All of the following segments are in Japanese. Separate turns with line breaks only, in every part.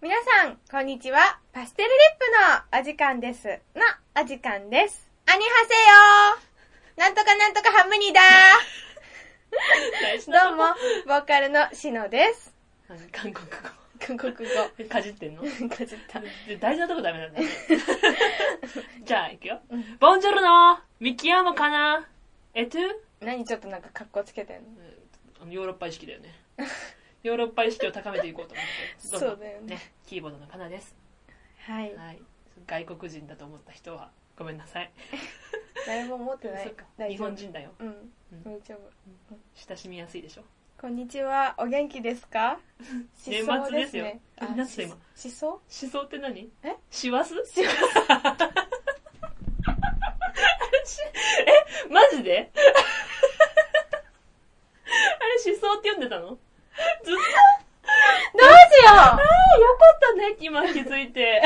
皆さん、こんにちは。パステルリップのお時間です。のお時間です。アニハセヨーなんとかなんとかハムニダー どうも、ボーカルのしのです。
あの韓国
韓国語。
語。かじってんの
かじった。
で大事なとこダメなんだ。じゃあ、いくよ。ボンジョルノミキヤモかなえトゥ
何ちょっとなんか格好つけてんの
ヨーロッパ意識だよね。ヨーロッパ意識を高めていこうと思って。ど
そうう
も
だよね
ね。キーボードのかなです。
はい。
はい。外国人だと思った人は、ごめんなさい。
誰も持ってな
そ
い
っか。
大
日
丈夫
本。人だよ。
うん
うん。
大丈夫。
親しみやすいでしょ。
こんにちは。お元気です か
年
思想
末ですよ
ねあ
なんつった今
思想
思想って何
え
師走
思 想
マジ であれ思想って読んでたのずっと
どうしよ
あよかったね、今気づい て。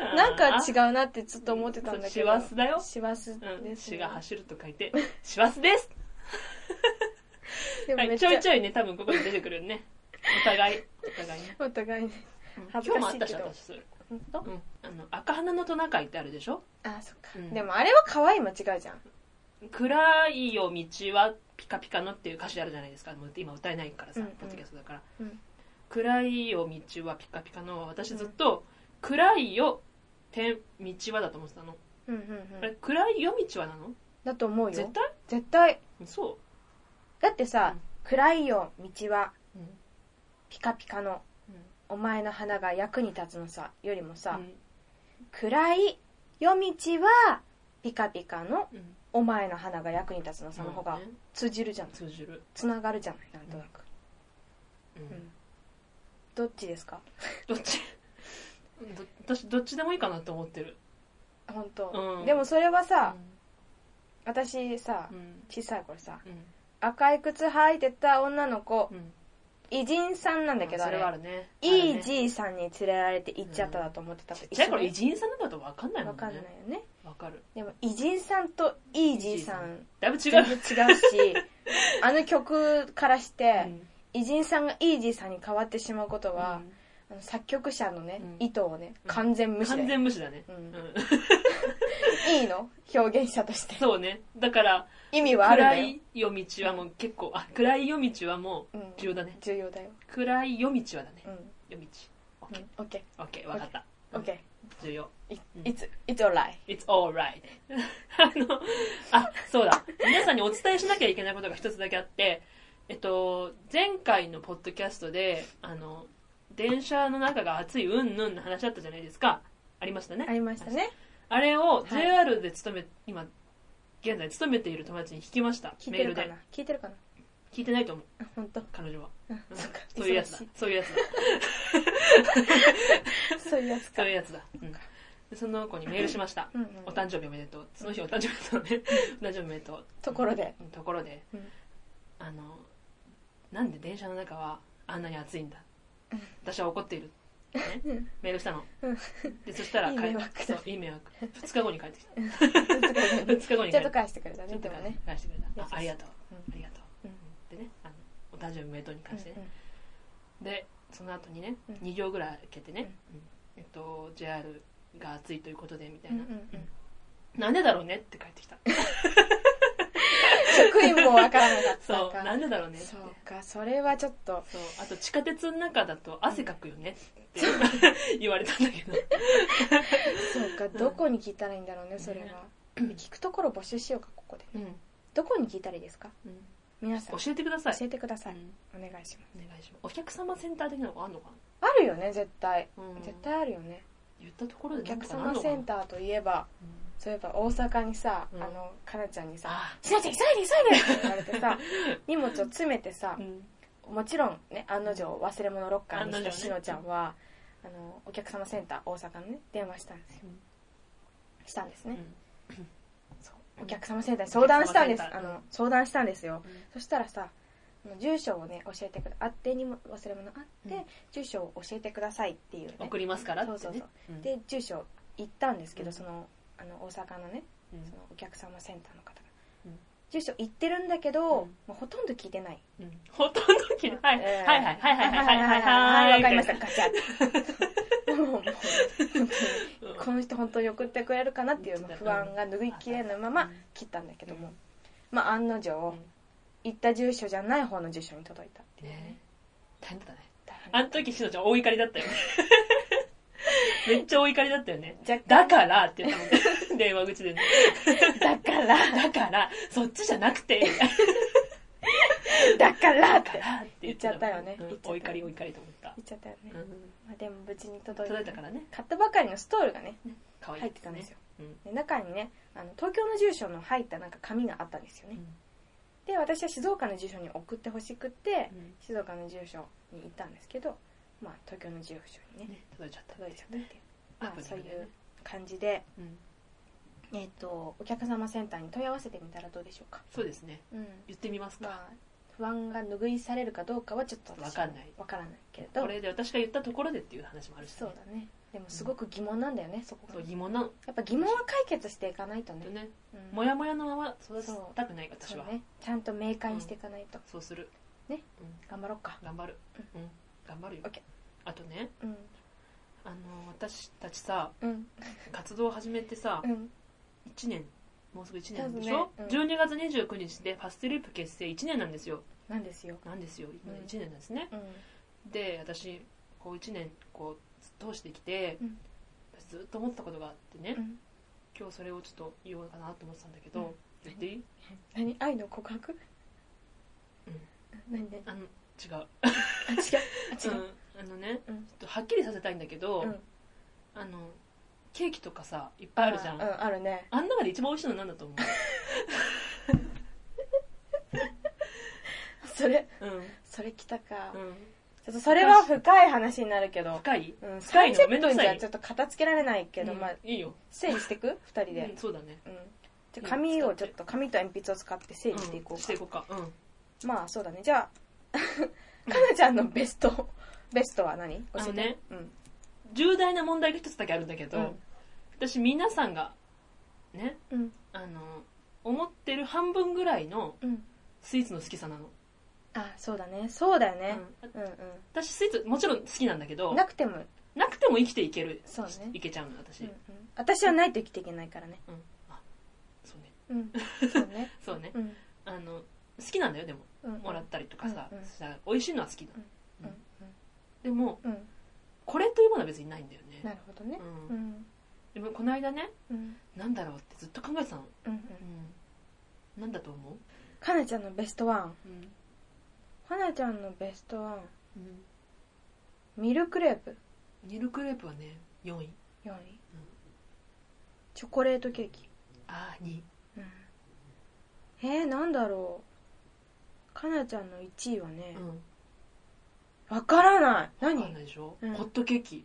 う なんか違うなってずっと思ってたんだけど。
そう師走だよ
師走
うん
ですね。
血が走ると書いて、師走です、
でも
は
めっ
い、
ち
ち
ゃ
ょいちょいね、多分ここに出てくるよね。お互い。お互いね。
お互いね。
今
恥ず
日も
か
あ
し
っ
い
た
け
し、
ど
私それ。
うん
うん。あの、赤花のトナカイってあるでしょ
あ、そっか
う。ん
でもあれは可愛い間違いじゃん。
暗いよ、道はピカピカのっていう歌詞あるじゃないですか。もう今歌えないからさ、
うんうん
ポッドキャストだから。
うん
暗いよ、道はピカピカのは私ずっと、暗いよ、点、道はだと思ってたの。
うんうん
あ
う
れ
ん。
暗い夜道はなの
だと思う
絶
よ。
対
絶対。
そ
だってさ
うん、
暗いよ、道は、
う、うん
ピカピカの、お前の花が役に立つのさ、よりもさ、暗い夜道は、ピカピカの、
うん
お前の花が役に立つのさの方が
そうね
通じるじゃん。
通じる、
つながるじゃない、なんとなく。
うん
うんどっちですか
どっちど私どっちでもいいかなと思ってる、
本当、
うん
でもそれはさ
う、
私さ、
ん
小さい頃さ、
うん
赤い靴履いてた女の子
う、ん、
偉人さんなんだけど、
あ
あ
それ
れ
はあるね
いい
あるね
じいさんに連れられて行っちゃっただと思ってた
ち
と
っちゃい頃
ね
偉人さんなんだと分かんないも
わ
んね
かんないよね。
分かる
でも、偉人さんといいじいさ
いい
ん、
だいぶ違
全
う
部違うし、 あの曲からして、偉人さんがいいじいさんに変わってしまうことは、あの作曲者のね、
うん
意図をね、
うん
完全
うん
無視で。
完全無視だね、
うん
ん
いいの表現者と して。
そうねだから
意味はあるん
暗
だよ。
い夜道はもう結構あ暗い夜道はもう重要だね、
重要だよ。
暗い夜道はだね
うん。
夜道
うん OK。
OK 分かった
OK。
重要
い
うん
It's, it's alright.
It's alright. あの、あ、そうだ。皆さんにお伝えしなきゃいけないことが一つだけあって、えっと、前回のポッドキャストで、あの、電車の中が暑いうんぬんの話あったじゃないですか。ありましたね。
ありました。ね。
あれを
い
JR で勤め、今、現在勤めている友達に聞きました。
聞い
メ
て
ー
る
ル
か
で
な。聞いてるかな
聞いてないと思う、
あ、ほんと。
彼女は。
うん
うん
そっか。
そういうやつだ
忙し。
そうい うやつだ。
いそういうやつ
そ
か
ういう。やつだ。うん。でその子にメールしました。
うんうん
お誕生日おめでとう。その日お誕生日だったのね。お誕生日おめでとう。
ところで。
うんところで、
うん
あの、なんで電車の中はあんなに暑いんだ。私は怒っている。ね
うん
メールしたの
うん。
で、そしたら
いい
帰っ
迷惑
そ
だ
う、いい迷惑。二日後に帰ってきた。二
ち
日後に帰
ゃ
っ
んと
てきた。
返してくれたね、でもね。
返してくれた。あ
優しい
ありがとう。
うん
ありがと
うん
う。でね、あの、お誕生日おめでとうに関してね。
うんうん
で、その後にね
うん、
2行ぐらい空けてね、うんえっと、JR が暑いということで、みたい
う
な
んうんうん。
うんなんでだろうねって帰ってき た。
職員もわからなかった
そう、
か。
なんでだろうねって
そ。うか、それはちょっと、
そう、あと地下鉄の中だと汗かくよねって 言われたんだけど。
そうか、どこに聞いたらいいんだろうね、それは。聞くところ募集しようか、ここで。
うん。
どこに聞いたらいいですか皆さん、教
教えてください。
えてください。
うん
お願いします。
お願いします。お客様センター的なのがあるのか
あるよね、絶対。
なうん
絶対あるよね。
言ったところ
お
でなん
客
とかなる
様
のか
セ
な
ンターといえば、
うん
そういえば大阪にさ、
うん
あの、かなちゃんにさ、
あ
しなちゃん急いで急いでって言われて さ、荷物を詰めてさ
あ。う、ん。
もちろんね、案の定忘れ物ロッカーに
案
し
の
た
定ね
しのちゃんは、あの、お客様センター大阪にね、電話したんですよ。したんですね。お客様センターに相談したんです。
お客様
あ
センター
の、相談したんですよ。
うん
そしたらさ、あの住所をね、教えてくだあってにも忘れ物あって、
うん
住所を教えてくださいっていうね。
送りますからってね。
そうそうそう
うん、
で、住所行ったんですけど、
うん
その、あの、大阪のね、そのお客様センターの方が、
うん
住所言ってるんだけど、
うん
もうほとんど聞いてない。
うんほとんど聞いてない。
えー
はいはいはいはいはいはいは
わ
い。
かりました、
み
ガ チャ。もうもう本当に
たいな。
この人本当に送ってくれるかなっていう不安が拭いきれないまま切ったんだけども、
うん
まあ案の
う
定
ん
行った住所じゃない方の住所に届いたっていう
ね大変だったね。あ
大
の時しのちゃん大怒りだっ たよね。めっちゃ大怒りだったよね。
変
だからって言ったもんね。電話口でね。
だから
だから、そっちじゃなくて、
だからっ
だか
て
らってもん
言っちゃったよね
う
言
ん
っちゃった
お怒りお怒りと思った。
言っちゃったよね、
うん
まあ、でも無事に届いた
届いたからね。
買ったばかりのストールがね
可愛い
入ってたんですよ。
うん
で中にねあの東京の住所の入ったなんか紙があったんですよね、で私は静岡の住所に送ってほしくって、
うん
静岡の住所に行ったんですけどまあ東京の住所にね
ね届いちゃった。
届いちゃったっていう、まあ
危
そ
な
うい
ね
う感じで
うん
えっ、とお客様センターに問い合わせてみたらどうでしょうか
そうですね。
うん
言ってみます
ま
か。
あ不安が拭いされるかどうかはちょっと
わかんない
わからないけれど
これで私が言ったところでっていう話もあるしね。
そうだねでもすごく疑問なんだよね、そこが
そう疑問なの
やっぱ疑問は解決していかないとね
とね。
うん
もやもやのまま育てたくない私
そう
は。
ねちゃんと明快にしていかないと、
そうする。
ね
うん。
頑張ろうか
頑張るうん頑張るよ
オッケー
あとね
うん
あの私たちさ
うん
活動を始めてさ
うん
1年もうすぐ1年でし
そう
ょ、
ね
12月29日でファステループ結成1年なんですよ
なんですよ
なんですよ
うん
1年なんですね、
うん
で私こう1年こう通してきて、
うん
私ずっと思ってたことがあってね、
うん
今日それをちょっと言おうかなと思ってたんだけど、
うん
言っていい
何愛の告白
うん
何何
あの違う
あ違うあ違う、
うんあのね、
うん
ちょっとはっきりさせたいんだけど、
うん
あのケーキとかさいっぱいあるじゃん
うあるね
あん中で一番美味しいのなんだと思
それ
う、うん
それ来たか、ち
うん、
ょっとそれは深い話になるけど、
深い
うん、
深いの
30
めんどく
分
さ
じ
い
ゃちょっと片付けられないけど、
うん
まあ
いいよ、
整理していく2人
うん
で、
そうだね
うんじゃあ紙をちょっと紙と鉛筆を使って整
うん
理していこう
し
か
てい、こうかうん
まあそうだねじゃあ かなちゃんのベストベストは何教え
あ
て
のね
うん
重大な問題が一つだけあるんだけど、
うん
私皆さんがね
うん
あの思ってる半分ぐらいの
うん
スイーツの好きさなの、
あそうだねそうだよね、
うん
うん、うん
私スイーツもちろん好きなんだけどな
なくても、
くても生きていける
そうね
いけちゃうの私、
う
うんん
うん、私はないと生きていけないからね
あそうね
うんそう ね
そうね
うん
あの好きなんだよでも
うん
もらったりとかさ、
うんうん
さ美味しいのは好きなの、
うん
でも
うんうん
これというものは別にないんだよね
なるほどね
う
うんん
でもこの間ね
うん
なんだろうってずっと考えてたの、
うんうん
うん、なんだと思う、
かなちゃんのベストワン
うん
かなちゃんのベストワンミルクレープ
ミルクレープはね4位
4位、チョコレートケーキ
ああ2位
うんえー、なんだろうかなちゃんの1位はね
うん
わ、からない
わ
何
かんないでしょ、
うん
ホットケーキ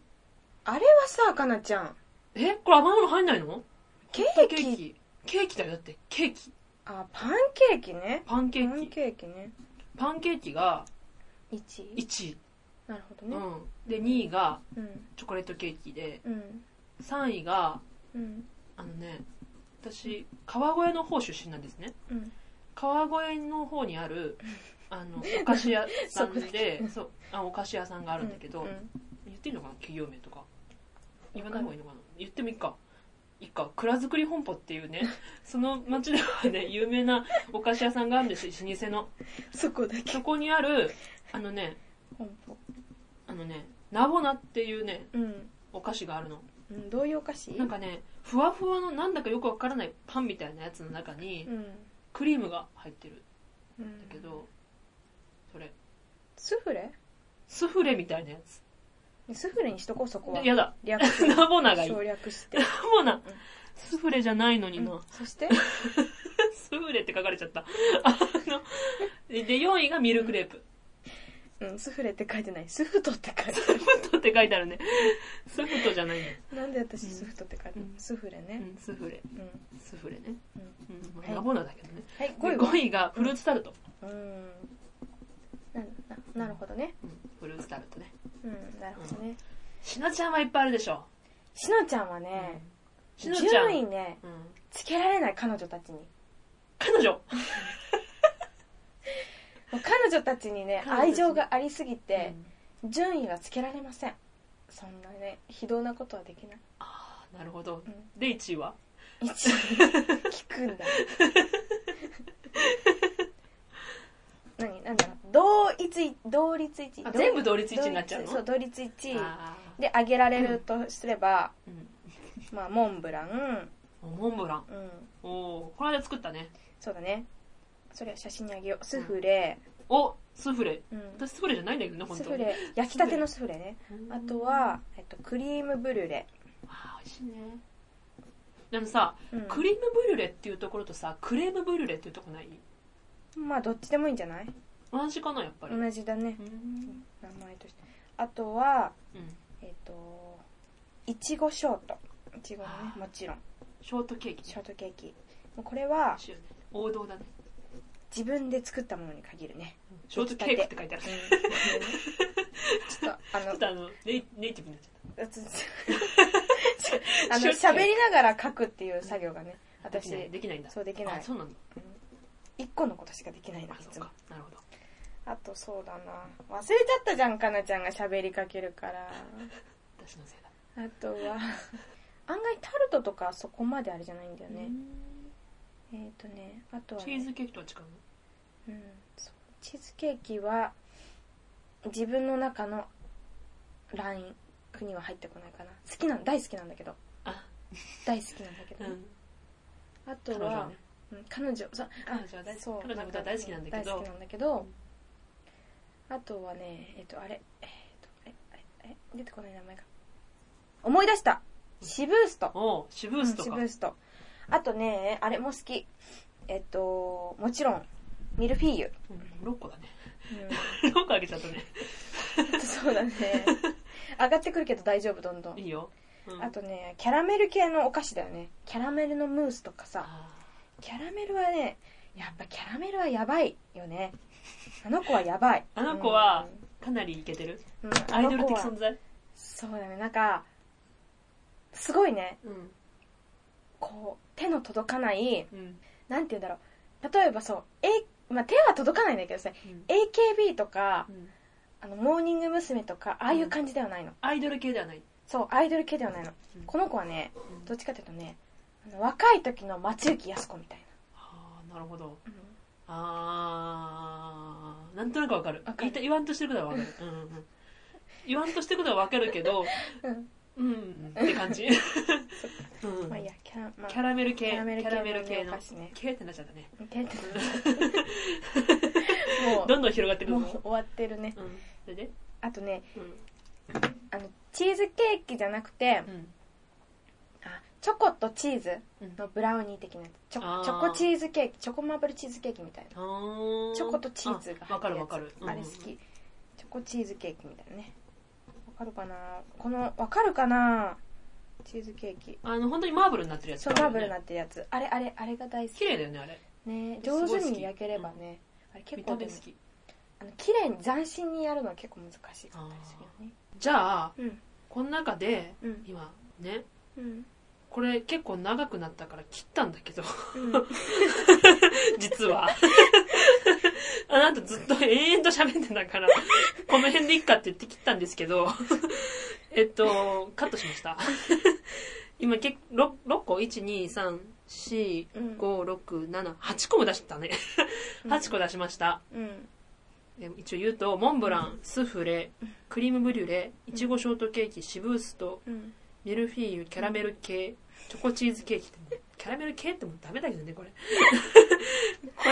あれはさかなちゃん
えこれ甘いもの入んないの
ケ
ホッ
ーキ
トケーキケーキだよだってケーキ
あパンケーキね
パンケ
パ
ー
ン
キ
ケーキね
パンケーキが
1位
1位、
なるほどね
うん、で2位が
うん
チョコレートケーキで
うん
3位が
うん
あのね私川越の方出身なんですね
うん
川越の方にあるあのお菓子屋さ
そ
ん
こだ
でそうあお菓子屋さんがあ
あ
るんだけど、
うん
言っていいのかな企業名とか言わない方がいいのかな言ってもいいかいいか蔵造り本舗っ ていうねその町ではね有名なお菓子屋さんがあるんですよ老舗の
そこだけ
そこにあるあのね
本舗
あのねナボナっていうね
うん、
お菓子があるの
うん、どういうお菓子
なんかねふわふわのなんだかよくわからないパンみたいなやつの中に
うん、
クリームが入ってるん
うん、
だけどそれ
スフレ
スフレみたいなやつ
スフレにしとこうそこは
でやだ
略
ナボナがいいナ
省略して
ボナスフレじゃないのにな、
そして
スフレって書かれちゃった。あの、で、4位がミルクレープ。
うん、スフレって書いてない。スフトって書いて
スフトって書いてあるね。スフトじゃないね。
る。なんで私スフトって書いてる
うん
スフレ
う
ね。
ん、スフレ。
うん。
スフレね。
うん
うん、
はい
ラボナだけどね。
はい、5位
5位
は
,5 位がフルーツタルト。
うん。な、な、なるほどね。
うん、フルーツタルトね。
うん、なるほどね。
しのちゃんはいっぱいあるでしょ。
しのちゃんはね、
しのちゃん。
順位ね、
うん
つけられない彼女たちに。
彼女
もう彼女たちにね
彼女たち
愛情がありすぎて
う、ん
順位がつけられませんそんなね非道なことはできない、
あーなるほど
う。ん、
で、1位は
1位 聞くんだ何なんだろう同一同率1
あ全部同率1になっちゃうの
そう同率1位
あ
で上げられるとすれば、
ーうん
まあモンブラン
おモンブラン。
うん
おおこの間作ったね。
そうだねそれは写真にあげようスフレ、
おスフレ。
うん
私スフレじゃないんだけどね、本
ス
当
フレ焼きたてのスフレね
うん
あと、は、えっと、クリームブリュレ、
あー美味しいね。でもさ、
うん
クリームブリュレっていうところとさ、クレームブリュレっていうとこない
まあどっちでもいいんじゃない
同じかな、やっぱり。うん。
同じだね
うん
名前としてあとはえっ、といちごショートいちごのね
あー
もちろん
ショートケーキ。
ショートケーキもうこれは
しいよね王道だね。
自分で作ったものに限る ね、
ショートケーキって書いてある。
うんちょっとあ
ちょ
の
っとあの、ネイネイティブになっちゃ
私
っ
あの喋りながら書くっていう作業がね
た。でき
私
ないできないんだ。
そうできない
あ、そうなんだ。
一個のことしかできないのい
あ、そ
つ
う
も
か。なるほど。
あとそうだな忘れちゃったじゃんかなちゃんが喋りかけるから
私のせいだ。
あと は案外タルトとかそこまであれじゃないんだよね、えっ、とねあと
うん
は、
チ
ね、
ーズケーキとは違うの
うん、そうチーズケーキは自分の中のライン国は入ってこないかな好きなん大好きなんだけど
あ、
大好きなんだけど
う
ね、
ん。
あと
彼女は
は
ね。
うん彼女そうあ
彼女は大好き
そう
彼女のことは大好きなんだけど
大好きなんだけどあとはねえっ、とあれえっ、とえええ出てこない名前が思い出したシブースト
おう、シブースと
シ
か
ブ。ーストあとねあれも好きえっ、ともちろんミルフィーユ、
うん、6個だね。
うん
6個あげちゃったね。
そうだね。上がってくるけど大丈夫、どんどん。
いいよ。うん
あとね、キャラメル系のお菓子だよね。キャラメルのムースとかさ。
あ
キャラメルはね、やっぱキャラメルはやばいよね。あの子はやばい。
あの子はーかなりいけてる。
うん、うん
アイドル
あの子
的
は
存在。
そうだね、なんか、すごいね、
うん。
こう、手の届かない、
うん。
なんて言うんだろう。例えばそう、え、まあ、手は届かないんだけどさ、
うん。
AKB とか
う、ん
あの、モーニング娘。とか、ああいう感じではないの。
アイドル系ではない。
そう、アイドル系ではないの
うん。
この子はね、
うん
どっちかというとねあの若い時の松雪泰子みたい
ああ、なるほど。
な、
あー、なんとなくわかる。
わかる
言いた言わんとしてることはわかる。うんうんうん。言わんとしてることはわかるけど、
うん
うん、うん、って感 じ。うん
まあいいやキャラ,、まあ、
キャラメル系、
キャラメル系の
キャラメル系の
お菓子 ね
系ってなっちゃったね。
似てるも
どんどん広がって
う
く
も
るの。
う終わってるね
うん。それで
あとね
うん。
あのチーズケーキじゃなくて
うん。
あチョコとチーズ
うん
のブラウニー的なやつチ
あ
ョ
ー
チョコチーズケーキチョコマーブルチーズケーキみたいな
あー
チョコとチーズが
あわか
入ってる
る
や
わ
つ
かる。うん
あれ好きチョコチーズケーキみたいなねわかるかなこのわかるかなチーズケーキ
あの、本当にマーブルになってるやつ。
そうマーブルになってるやつあれあれあれが大好き
綺麗だよね、あれ。
ね
すご
上
い
手
好き
に焼ければね、あれ結
見
構
た
で
目
も
好き。
あの綺麗に斬新にやるのは結構難しかったりす
じゃあ、
るよね
この中で、
うんうん
今、ね、
うん
これ結構長くなったから切ったんだけど、
うん
実は。 あなたずっと延々と喋ってたから、この辺でいっかって言って切ったんですけど、 えっと、カットしました。 今結構、ろ 6, 個 ?1、2、3、4、
うん
5、6、7、8個も出したね。8個出しました。
うん
え一応言うと、モンブラン、スフレ、クリームブリュレ、いちごショートケーキ、シブースト、
うん
ミルフィーユ、キャラメル系、チョコチーズケーキってもう、キャラメル系ってもうダメだけど ね、これ。こ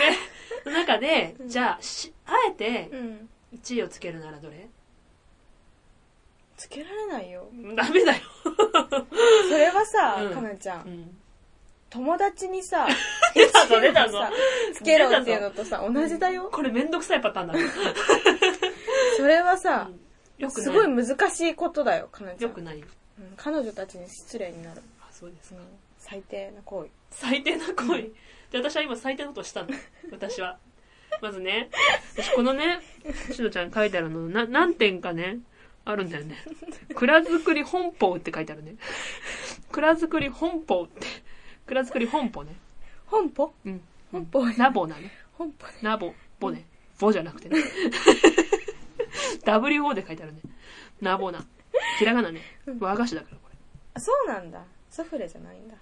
れ、の中で、じゃあ、しあえて
うん
1位をつけるならどれ
つけられないよ
ダメだよ。
それはさ、
うん
かなちゃ
うんん。
友達にさ
出たぞ、出たぞ。
つけろっていうのとさ同じだよ
これめんどくさいパターンだね。
それはさ
うんよく
す
ない。
ごい難しいことだよかなちゃ
よ
ん、
くない。
うん彼女たちに失礼になる、
あ、そうです
う
か
ん。最低な行為
最低な行為。で、私は今最低なことをしたの。私は。まずね、私このね、しのちゃん書いてあるの、な、何点かね、あるんだよね。蔵造り本邦って書いてあるね。蔵造り本邦って。蔵造り本邦ね。
本舗
うん。
本邦ね
ナボなね。
本邦ね
ナボ、ボね。ボじゃなくてね。WO で書いてあるね。ナボな。ひらがなね。和菓子だから、これ。
あそうなんだソフレじゃないんだ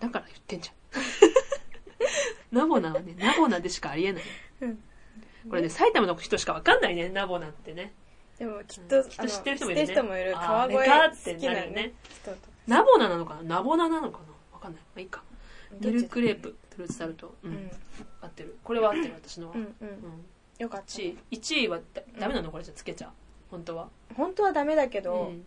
だから言ってんじゃん。ナボナはね、ナボナでしかありえない。
うん
これね、埼玉の人しかわかんないね、ナボナってね。
でもきっと、
うんきっと知ってる人もいる
あ
ね
の知ってる人もいる
あー
川越
あれかって
好きな
なるよね
ね人とか
ナボナなのかなナボナなのかなわかんない。まあ、いいか。ミルクレー
どっ
プ、フルーツタルト。う
ちだっ
ん。合ってる。これは合ってる、私のは。
けう
うんん。
うんうんよかった
1位、1位はだダメなのこれじゃつけちゃう。本当は。
本当はダメだけ
う
ど
ん。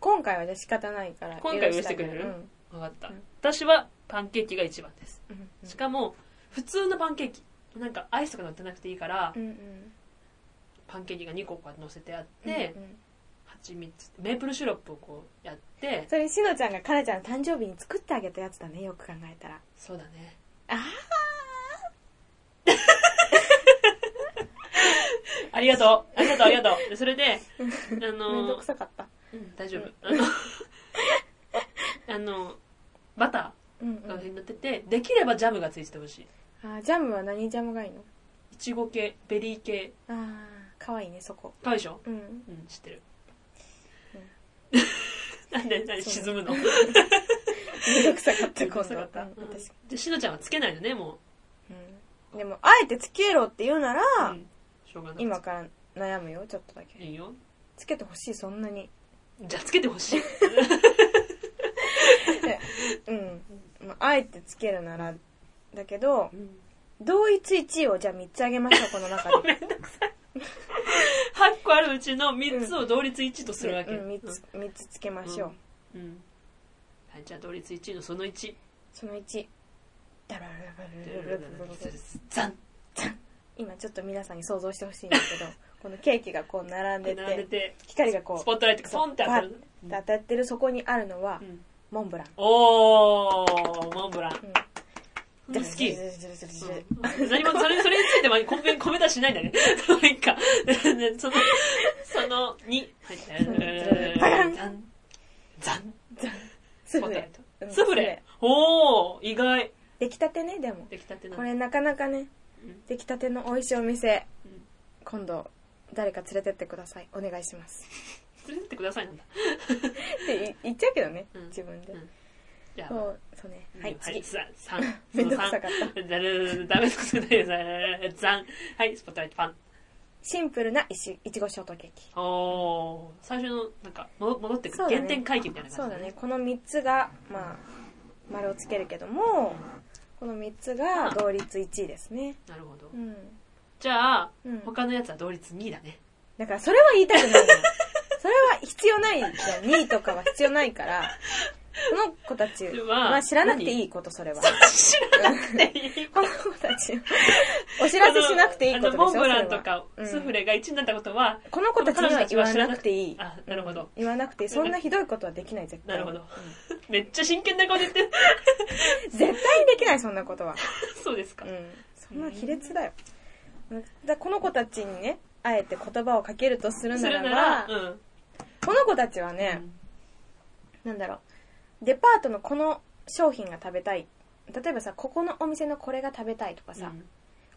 今回はじゃあ仕方ないから
今回許してくれる
うん
わかった
うん。
私はパンケーキが1番です。
うんうん
しかも、普通のパンケーキ。なんかアイスとか乗ってなくていいから
う、んうん
パンケーキが2個こうやって乗せてあっ
うん
て
う、ん
蜂蜜メープルシロップをこうやって
それしのちゃんがかなちゃんの誕生日に作ってあげたやつだねよく考えたら
そうだね
あ
ありがとうありがとうありがとうでそれであ
あめんど
の
くさかった
うん大丈
う
夫
ん
あのあのバタ
うんう
ーが上
ん
に乗っててできればジャムがついててほしい
あージャムは何ジャムがいいの
いちご系ベリー系
あーかわいいねそこ
かわいいでしょ
うん
うん知ってる
うん
なんで何
そう
沈むの
めんどくさかった
沈
今
む
度
さかった
うん
うん
私
でしのちゃんはつけないのねも
うんでもあえてつけろって言うなら
ううんしょうがない
今から悩むよちょっとだけ
いいよ
つけてほしいそんなに
じゃあつけてほしい
うん、まあ、あえてつけるならだけど
うん
同一1位をじゃあ3つあげましょうこの中で
8個あるうちの3つを同率1とするわけ、
うん、3つ三つつけましょう、
うん、うんはい、じゃあ同率1位のその1
その1ダラララララララララ
ザンっ
今ちょっと皆さんに想像してほしいんですけどこのケーキがこう並ん
て
で
並べ
て
て
光がこ
スポ
う
ットライトがポンって当たる、
当たってるそこにあるのは
うん
モンブラン、
おーモンブラン
うん、
好き
うん
うん何もそれそれについてもコメコメ出しないんだねそういいかそのその2はい
バカン
ザンザン
ス
スポ
フ
ットラ
レ
イ、
う
ト
ん
スフレおー意外
出来たてねでも
できたてな
これなかなかね
うん
出来たての美味しいお店
うん
今度誰か連れてってくださいお願いします
連れてってくださいなんだ
ってい言っちゃうけどね、
うん
自分で、
うんじゃあ
そうそうねはい次
3
めんどくさかった
ダメなことないですザンはいスポットライトパン
シンプルないちいちごショートケーキ
おー最初のなんか戻戻ってく
そうだね
原点回帰みたいな
そ
感
う
じ
だねこの3つがまあ丸をつけるけどもこの3つが同率1位ですね
なるほど
うん、
じゃあ
うん、
他のやつは同率2位だね
だからそれは言いたくないのそれは必要ないじゃん2位とかは必要ないからこの子たち
は
は知らなくていいことそれは
知らなくていい
この子たちはお知らせしなくていいことでしょ
あのモンブランと
それは
か
うん
スフレが1位になったことは
この子たちには言わなくていい。
あなるほど
言わなくていい。そんなひどいことはできない、絶対。
なるほど
う
めっちゃ真剣な顔で言ってる
ん絶対にできない、そんなことは。
そうですか
うん。そんな卑劣だよ。だこの子たちにね、あえて言葉をかけるとするな
それ
らば、
ならうん
この子たちはね、なんだろう、デパートのこの商品が食べたい。例えばさ、ここのお店のこれが食べたいとかさ、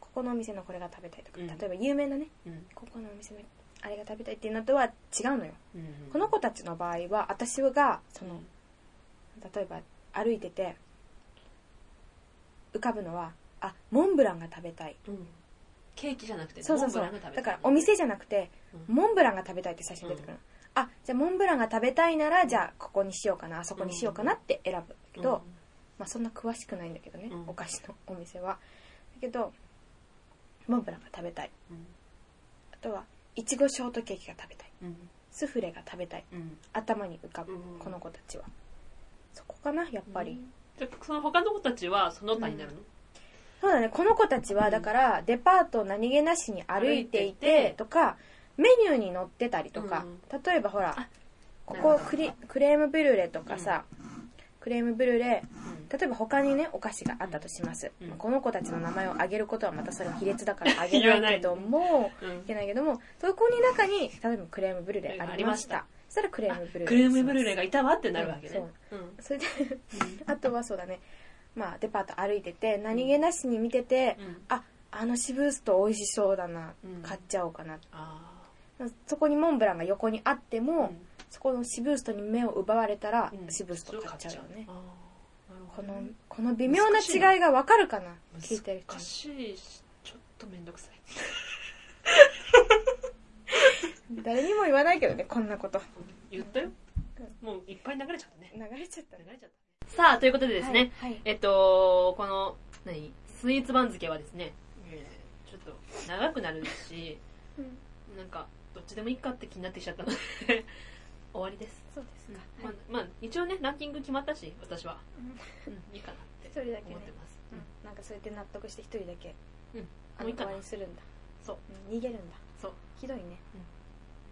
ここのお店のこれが食べたいとか、
うん
例えば有名なね、
うん
ここのお店のあれが食べたいっていうのとは違うのよ。
うん
この子たちの場合は、私が、その、例えば歩いてて浮かぶのはあモンブランが食べたい
うんケーキじゃなくて
そうそうそ
モン
う
ブランが食べた
だ
い
からお店じゃなくて
うん
モンブランが食べたいって最初に出てくるの、あじゃあモンブランが食べたいならじゃあここにしようかなあそこにしようかなって選ぶんだけど、まあ、そんな詳しくないんだけどね、
うん
お菓子のお店はだけどモンブランが食べたい
うん
あとはいちごショートケーキが食べたい
うん
スフレが食べたい
うん
頭に浮かぶ、
うん
この子たちはそこかなやっぱり、
じゃあその他の子たちはその他になるの、
そうだね、この子たちは、だから、デパートを何気なしに歩いてい
歩いていて
て、とか、メニューに載ってたりとか、例えばほら
あ、
こ
な
こ
るほど
クリクレームブリュレとかさ、クレームブリュレ、
うん
例えば他にね、お菓子があったとします。
うん
まあこの子たちの名前を挙げることはまたそれは卑劣だから挙げないけども、
うん
いけないけども、そこに中に、例えばクレームブリュレありまし
あり
た。そしたらクレームブリュレ。
クレームブルーレがいたわってなるわけね
そう。
うん
それで、あとはそうだね、まあ、デパート歩いてて何気なしに見てて、
うん
ああのシブースト美味しそうだな、
うん
買っちゃおうかな
あ
そこにモンブランが横にあって
ー
も、
うん
そこのシブーストに目を奪われたら、
うん
シブースト買っちゃうよね
あーなる
こ
ほど
の
ね
この微妙な違いがわかるかな聞いてる人
難しいしちょっと面倒くさい
誰にも言わないけどねこんなこと
言ったよもういっぱい流れちゃったね
流れちゃった
流
ね
れちゃったさあということでですね、
はい、はい
えっとこの何スイーツ番付はですね、えーちょっと長くなるし
うん
なんかどっちでもいいかって気になってきちゃったので 終わりです
そうですか、
ま
は
あ
い、
まあ一応ねランキング決まったし私は、うん、いいかな
一
って
人だけね
思ってます、
う
うん
ん、なんかそうやって納得して一人だけ
うん
あ
もう
の
いいか
終
な
わりにするんだ
そう、
うん、逃げるんだ
そう
ひどいね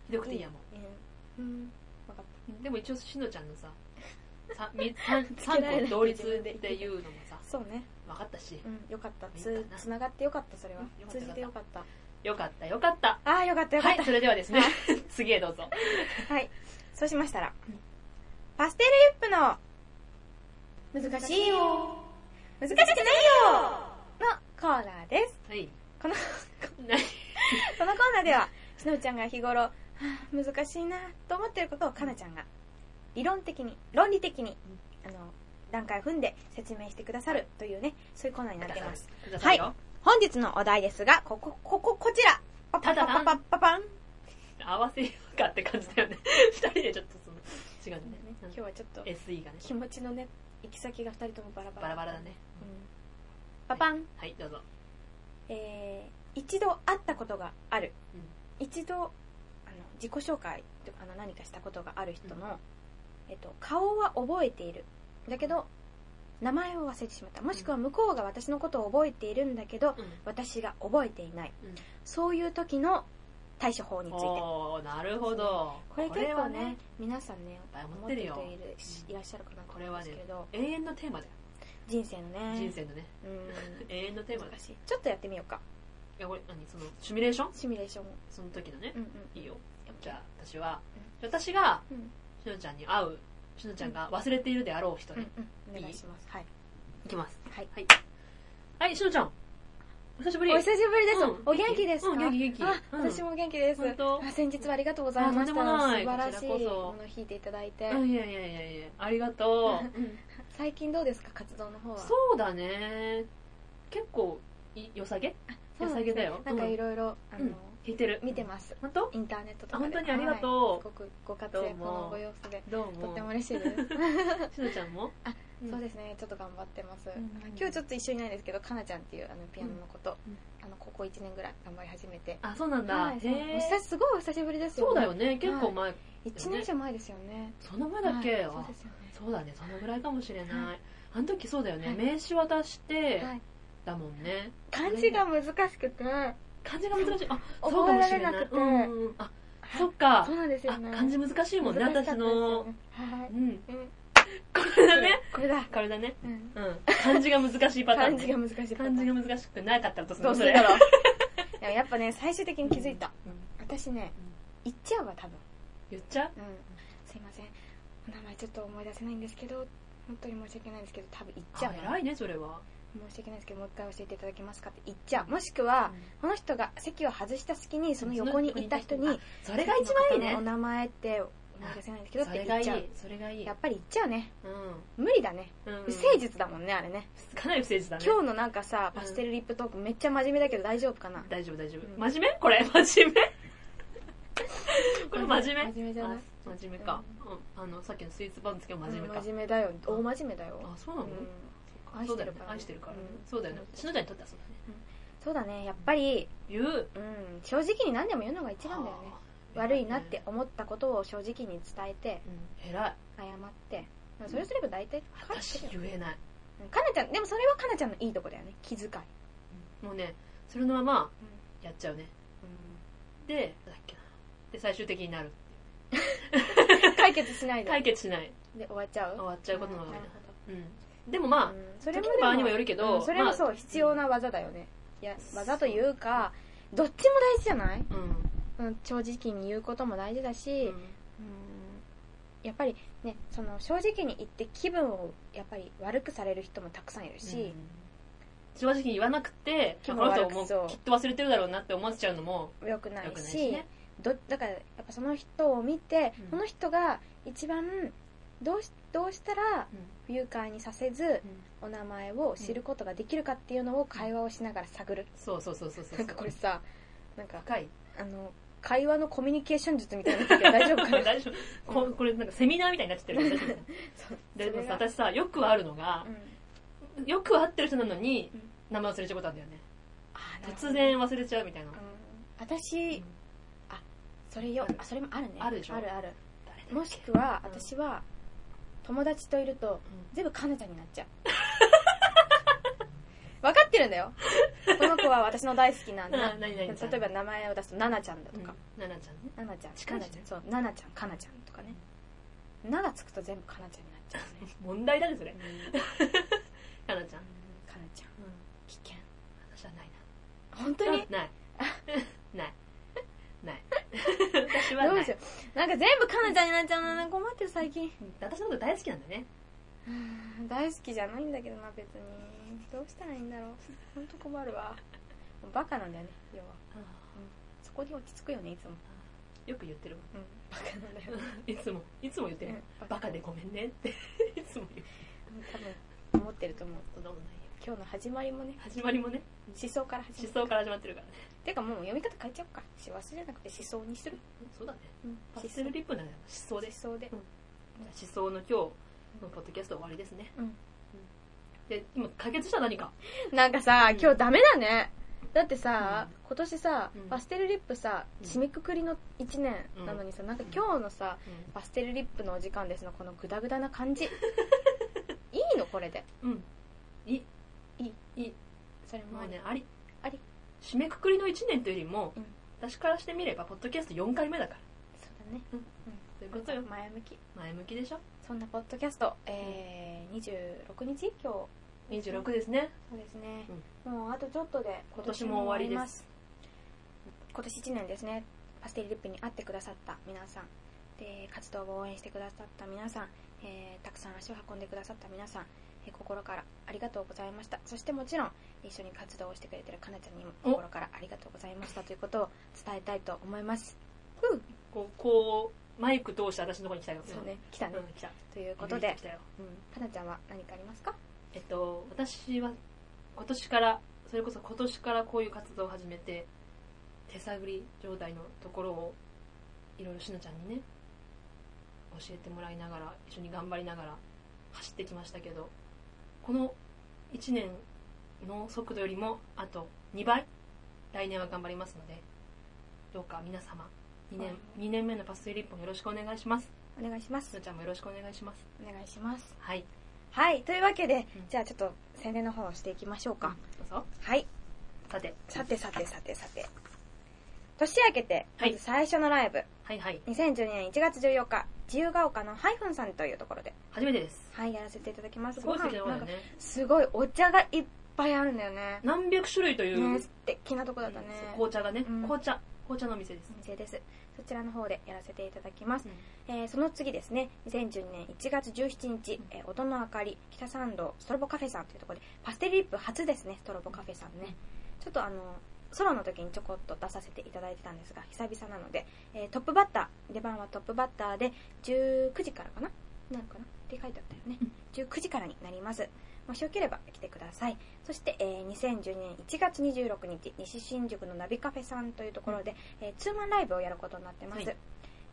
ひどくていいやも
うん、うん、分かっ
うでも一応しのちゃん のさ 3,
つけられない
個同率っていうのもさ
たそうね
分かったし
うんよかった
いい
つ
かな
つながってよかったそれは
うんよかった
通じてよかった
よかったよかった
ああよかったよか
は
っ
いそれではですね 次へどうぞ
たはいそうしましたら
うん
パステルリップの難しいよ難しくないよのコーナーです
はい
この
何
このコーナーではしのぶちゃんが日頃はあ難しいなと思っていることをかなちゃんが理論的に論理的にあの段階を踏んで説明してくださるというねそういうコーナーになってます
くださいよ、
本日のお題ですがこここここちらパパパパパパパン
合わせようかって感じだよね 二人でちょっとその違うんだよね
今日はちょっと
SE がね
気持ちのね行き先が二人ともバラバラ
バラバラだね
うんパパン、
はいどうぞ
えー一度会ったことがある、一度あの自己紹介とかあの何かしたことがある人の、えっと、顔は覚えているだけど名前を忘れてしまったもしくは向こうが私のことを覚えているんだけど、
うん
私が覚えていない、
うん
そういう時の対処法についてこ
おーなるほど
れ結構
は
ね皆さんね
ぱい思
思
っ
ってて
る
る
よ
人いるしいらっしゃるかなと思うんですけれど、
永遠のテーマだよ、
人生のね
人生のね
う
永遠の テーマ
ん
だ
難
よ
しいちょっとやってみようか
いやこれ何そのシミュレーション
シミュレーションを
その時のね
うんうん
いいよじゃあ私は
う
私が
うん
しのちゃんに会うしのちゃんが忘れているであろう人
うん
ね、
うんお願いしますはい
いきます
はい
はい、はい、しのちゃんお久しぶり
お久しぶりです。
うん
お元気ですか、
うん元気元気
あ、
うん
私も元気です。
本当
あ先日はありがとうございました。素
あとんで
晴
もな
ら
い
しい
こ
も
ちらこそ
のを弾いていただいて。
うんいやいやいやいやありがとう、うん
最近どうですか活動の方は。
そうだね結構い良さげ
そうなんですね
良さげだよ
なんかいろいろ、あ
うん
の、
弾いてる
見てます。
本当
インターネットとかで。
あ本当にありがとう
はいすごくご活躍
どうも
のご様子で。
どう
と
も
っても嬉しいです。
しのちゃんも
あ
ん
そうですね、ちょっと頑張ってます。
ん
今日ちょっと一緒にいないですけど、かなちゃんっていうあのピアノの子と、
うんうん
あの、ここ1年ぐらい頑張り始めて。
あそうなんだ、
はい、そう
へー
お久しすごいお久しぶりですよ、
そうだよ。ね結構前、
1年以上前ですよね。
その前だっけ、
はい、そう
あ
ですよね。
そうだねそのぐらいかもしれない、
は
あの時そうだよね、
はい
名刺渡して、
はい、
だもんね
漢字が難しくて、
漢字が難しいあ
そう
そうかもし
覚えら
れ
れな
ない
くて
うんうんうんあそっか
そうなんですよ
あ
ね。
漢字難しいもんね
難しかった
私
です
の、
よねはい。
うん
うん、
これだね
これだ。
これだね
うん、
うん漢字が難しいパターン
漢
ね
字が難しいパターン。
漢字が難しくなかったらどうする
どうす るだろう。いややっぱね、最終的に気づいた。
うん
私ね、言っちゃうわ、多分。
言っちゃ
う
う
ん。すいません。お名前ちょっと思い出せないんですけど、本当に申し訳ないんですけど、多分言っちゃ
あ
うな。
偉いねそれは
申し訳ないですけど、もう一回教えていただけますかって言っちゃう。もしくは、この人が席を外した隙に、その横にいた人に、
それが一番いい
さっきの方のお
ね
名前って思い出せないんですけどっ
そ
て
れ
言
が
っ
いい
ちゃう。
それがいい
やっぱり言っちゃうね。
う
無理だね。
んうん
不誠実だもんね、あれね。
かなり不誠実だね
今日のなんかさ、パステルリップトークめっちゃ真面目だけど大丈夫かな
大丈夫大丈
うん
夫真面目これ真面目これ真面目
真面目じゃない
あ真面目かうんあのさっきのスイーツ番付も真面目か
うん真面目だよ。大真面目だよ。
あそうなの
うん
そっかそうだよね
愛
愛
し
してて
る
る
か
からら
ね
ね
うん
そうだよね篠田にとってはそうだね
そうだね、やっぱり、
言う
うん、正直に何でも言うのが一番だよね。
あー
悪いなって思ったことを正直に伝えて、
うん偉い
謝って。それすれば大体解
私
決す
言
るよ、
えない
うんかなちゃん、でもそれはかなちゃんのいいとこだよね。気遣い。
もうねそれのままやっちゃうね
う
でなんだっけなで最終的になる
ん解決しないで。
解決しない
で終わっちゃう
終わっちゃうことの方
うん
が
な
多
るほ
いな
ど
うんでもまあ
それも
時と場合にもよるけど
うんそれもそう、
ま
必要な技だよねいや技というかどっちも大事じゃない、
うん
うん、正直に言うことも大事だし、うんやっぱりねその正直に言って気分をやっぱり悪くされる人もたくさんいるし、
うん正直に言わなくて
気
こ
分
の人
悪
も
く
う
そう
きっと忘れてるだろうなって思わせちゃうのも
良くな
良
い
くない
し
しね
どだからやっぱその人を見て、
うん
その人が一番どうしどうしたら不愉快にさせず
うん
お名前を知ることができるかっていうのを会話をしながら探る、
そうそうそうそうそう
なんかこれさなんか
深い
あの会話のコミュニケーション術みたいな の大丈夫かな
大丈夫ここれなんかセミナーみたいになっちゃって るから大丈夫
そう
で
そ
も
れ
さ
が
私さよくあるのが
う、ん
よく会ってる人なのに
うん
名前忘れちゃうことあるんだよね
あーなるほど
突然忘れちゃうみたいな、
うん私それよあそれもあるね
あるでしょ
あるある
誰だっけ
もしくは
うん
私は友達といると
うん
全部かなちゃんになっ ちゃう分かってるんだよこの子は私の大好きなんだ
な何々ちゃん
例えば名前を出すと「ななちゃん」だと
うん
か
奈々ちゃんね
「ななちゃん」
近い
な
し
なちゃんそう「ななちゃん」「かなちゃん」とかね「な」がつくと全部かなちゃんになっちゃうね
問題だねそれ
うん
奈々ちゃん、
かなちゃん危険
私はないな
本当に
あないないない私は
どう
な
しよ
いう
なんか全部かなちゃんになっちゃうのね困ってる最近
私のこと大好きなんだね
うん大好きじゃないんだけどな別にどうしたらいいんだろう本当困るわもうバカなんだよね要はそこに落ち着くよねいつも、
よく言ってるわ
うん、バカなんだよ、
いつもいつも言ってる
うん
バカでごめんねっていつも言う
多分思ってると思う
そんなことないよ
今日の始まりもね
始まりもね
思想から始
思
まる
想から始まってるからね
てかもう読み方変えちゃおうかしわすじゃなくて思想にする、
うんそうだね
うん、
パステルリップなんだよ思想で
思想で
うん思想の今日のポッドキャスト終わりですね、
うん
で今解決した何か
なんかさ
うん
今日ダメだねだってさ、
う
今年さ、
うん
パステルリップさ
うん
締めくくりの1年なのにさ、なんか今日のさ、パステルリップのお時間ですのこのグダグダな感じ いいのこれで
うん、いいいい
それも
もうねあり
あり
締めくくりの1年というよりも、
うん
私からしてみればポッドキャスト4回目だから
そうだね
うんということよ
前向き
前向きでしょ
そんなポッドキャスト、えー、26日今日そ
26ですね
うですね、もうあとちょっとで
今年も終わりです
今年1年ですねパステルリップに会ってくださった皆さんで活動を応援してくださった皆さん、えーたくさん足を運んでくださった皆さん、えー心からありがとうございましたそしてもちろん一緒に活動をしてくれてるかなちゃんにも
お
心からありがとうございましたということを伝えたいと思いますふう
こうこうマイク通して私のとこに来たよ
そうね来た
うん
ね、
来た
ということで
来たよ、うん
かなちゃんは何かありますか
えっと私は今年からそれこそ今年からこういう活動を始めて手探り状態のところをいろいろしのちゃんにね教えてもらいながら一緒に頑張りながら走ってきましたけどこの1年の速度よりもあと2倍来年は頑張りますのでどうか皆様2年
はい
,2 年目のパスイリップもよろしくお願いします
お願いしま
し
す
のちゃんもよろしくお願いします
お願いします
はい
はいというわけで、
うん
じゃあちょっと宣伝の方をしていきましょうか、
どうぞ
はい
さて
さてさてさてさて年明けて
はい
まず最初のライブ、
はいはい
2012年1月14日自由が丘のハイフンさんというところで
初めてです
はいやらせていただきます
すごい素敵な
ご
も
飯
の
なん
だ
か
ね
すごいお茶がいっぱいあるんだよね
何百種類という、
ね素敵なとこだったね
そう紅茶がね、
うん
紅茶紅茶のお店です
お、店ですそちらの方でやらせていただきますえーその次ですね2012年1月17日、えー音の明かり北参道ストロボカフェさんというところでパステルリップ初ですねストロボカフェさんねちょっとあのソロの時にちょこっと出させていただいてたんですが久々なので、えートップバッター出番はトップバッターで19時からかななるかなって書いてあったよね19時からになりますもしよければ来てくださいそして、えー2012年1月26日西新宿のナビカフェさんというところで、えーツーマンライブをやることになってます、
はい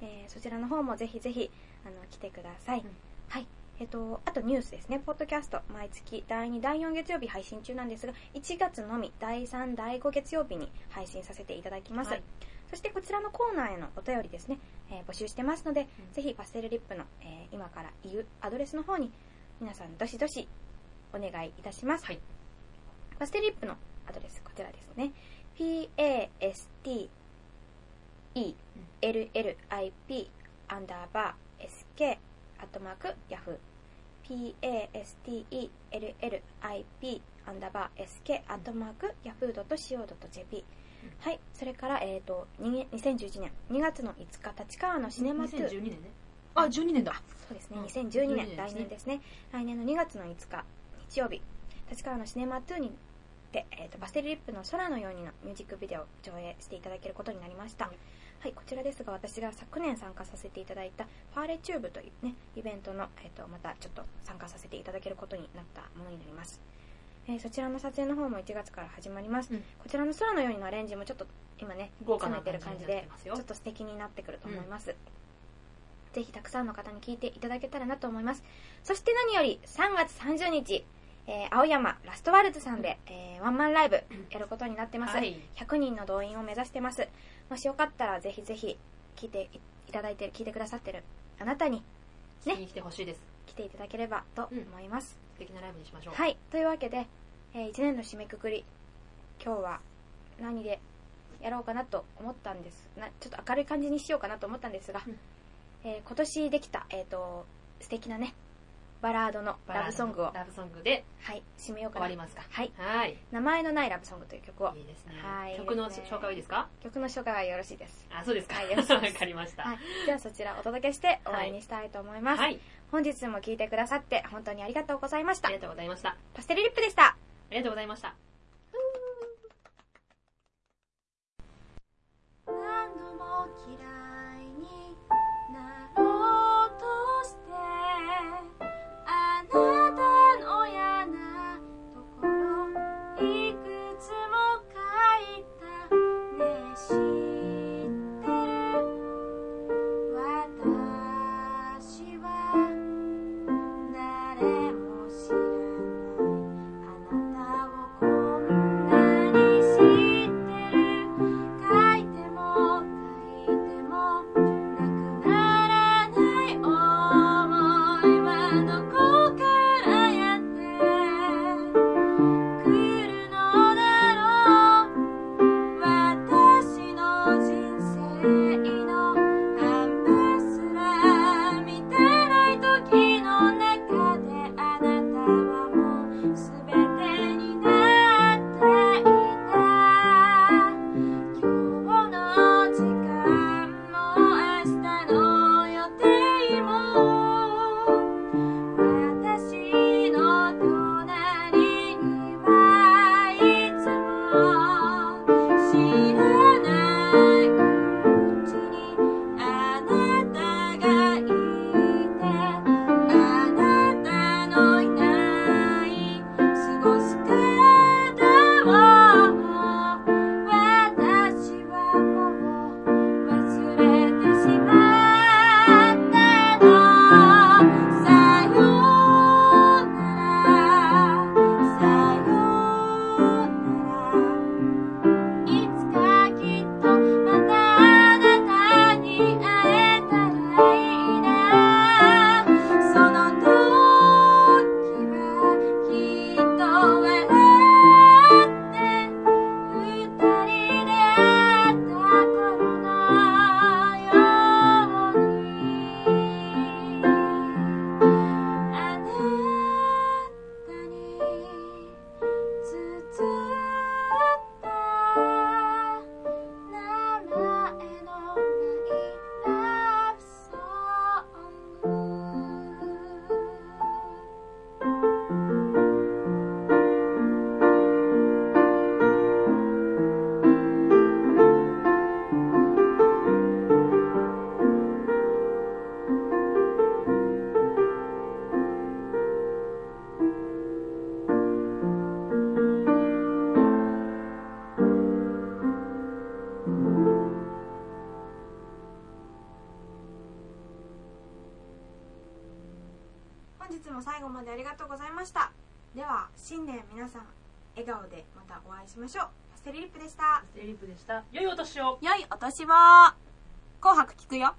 えーそちらの方もぜひぜひあの来てください、
うん
はいえっと、あとニュースですね、ポッドキャスト、毎月第2、第4月曜日配信中なんですが、1月のみ、第3、第5月曜日に配信させていただきます。
はい
そしてこちらのコーナーへのお便りですね、えー募集してますので、
うん
ぜひパステルリップの、えー今から言うアドレスの方に皆さんどしどしお願いいたします。
はい
パステルリップのアドレスこちらですね。p-a-s-t-e-l-l-i-p アンダーバー sk アットマーク yahoo p-a-s-t-e-l-l-i-p アンダーバー sk アットマーク yahoo.co.jp はい、それから、えっ、と、に2011年2月の5日、立川のシネマトゥー、
2012年ね
あ、12年だ。
そうですね、2012年、
2012
来年ですね。来年の2月の5日、日曜日、立川のシネマトゥーにて、えーと、バステリリップの空のようにのミュージックビデオを上映していただけることになりました。
は
はいい、こちらですが、私が昨年参加させていただいた、ファーレチューブというね、イベントの、えーと、またちょっと参加させていただけることになったものになります。えーそちらの撮影の方も1月から始まります。
うん
こちらの空のようにのアレンジもちょっと今ね、
豪華な
詰めてる感じ
感じにな
で
ってます
ち
よ
ょっと素敵になってくると思います、ぜひたくさんの方に聞いていただけたらなと思いますそして何より3月30日、えー青山ラストワールズさんで、えーワンマンライブやることになってます、
はい
100人の動員を目指してますもしよかったらぜひぜひ聞いていただいてる聞いてくださってるあなたに
見に来てほしいです。
来ていただければと思います、
素敵なライブにしましょう。
はいというわけで、え1年の締めくくり今日は何でやろうかなと思ったんですなちょっと明るい感じにしようかなと思ったんですが、
うん
えー今年できた、えー、と素敵なねバラードの
バラード
ラブソングを、
ラブソングで
はい、締めようか
終
な
わりますか。
はい
はい。
「名前のないラブソング」という曲を
いいですね
はい。
曲の
いいですね
紹介はいいですか
曲の紹介はよろしいです、
あ、そうですか。
はいよろしい
わ
です
かりました。
はい、じゃあそちらお届けして終わりにしたいと思います、
はい。
本日も聴いてくださって本当にありがとうございまし
あ
た
りがとうございました。あ
パステルリップでした
りがとうございました。
何度も嫌いになろうとしてあなたの嫌なところいくつも書いたねえ知ってる私は誰も知らないあなたをこんなに知ってる書いても書いてもなくならない思いはどこからやってくるのだろう私の人生の半分すら満たない時の中であなたはもう全てになっていた今日の時間も明日の予定も私の隣にはいつも知らないうちにあなたがいてあなたのいない過ごし方を私はもう忘れてしまったのさよならさよならいつかきっとまたあなたに会えたらいいなその時はきっと笑って二人で会った頃のようにあなたにつった名前のないラブソング本日も最後までありがとうございましたでは新年皆さん笑顔でまたお会いしましょうパステルリップでした
エリップでした。良いお年を
良いお年を紅白聞くよ。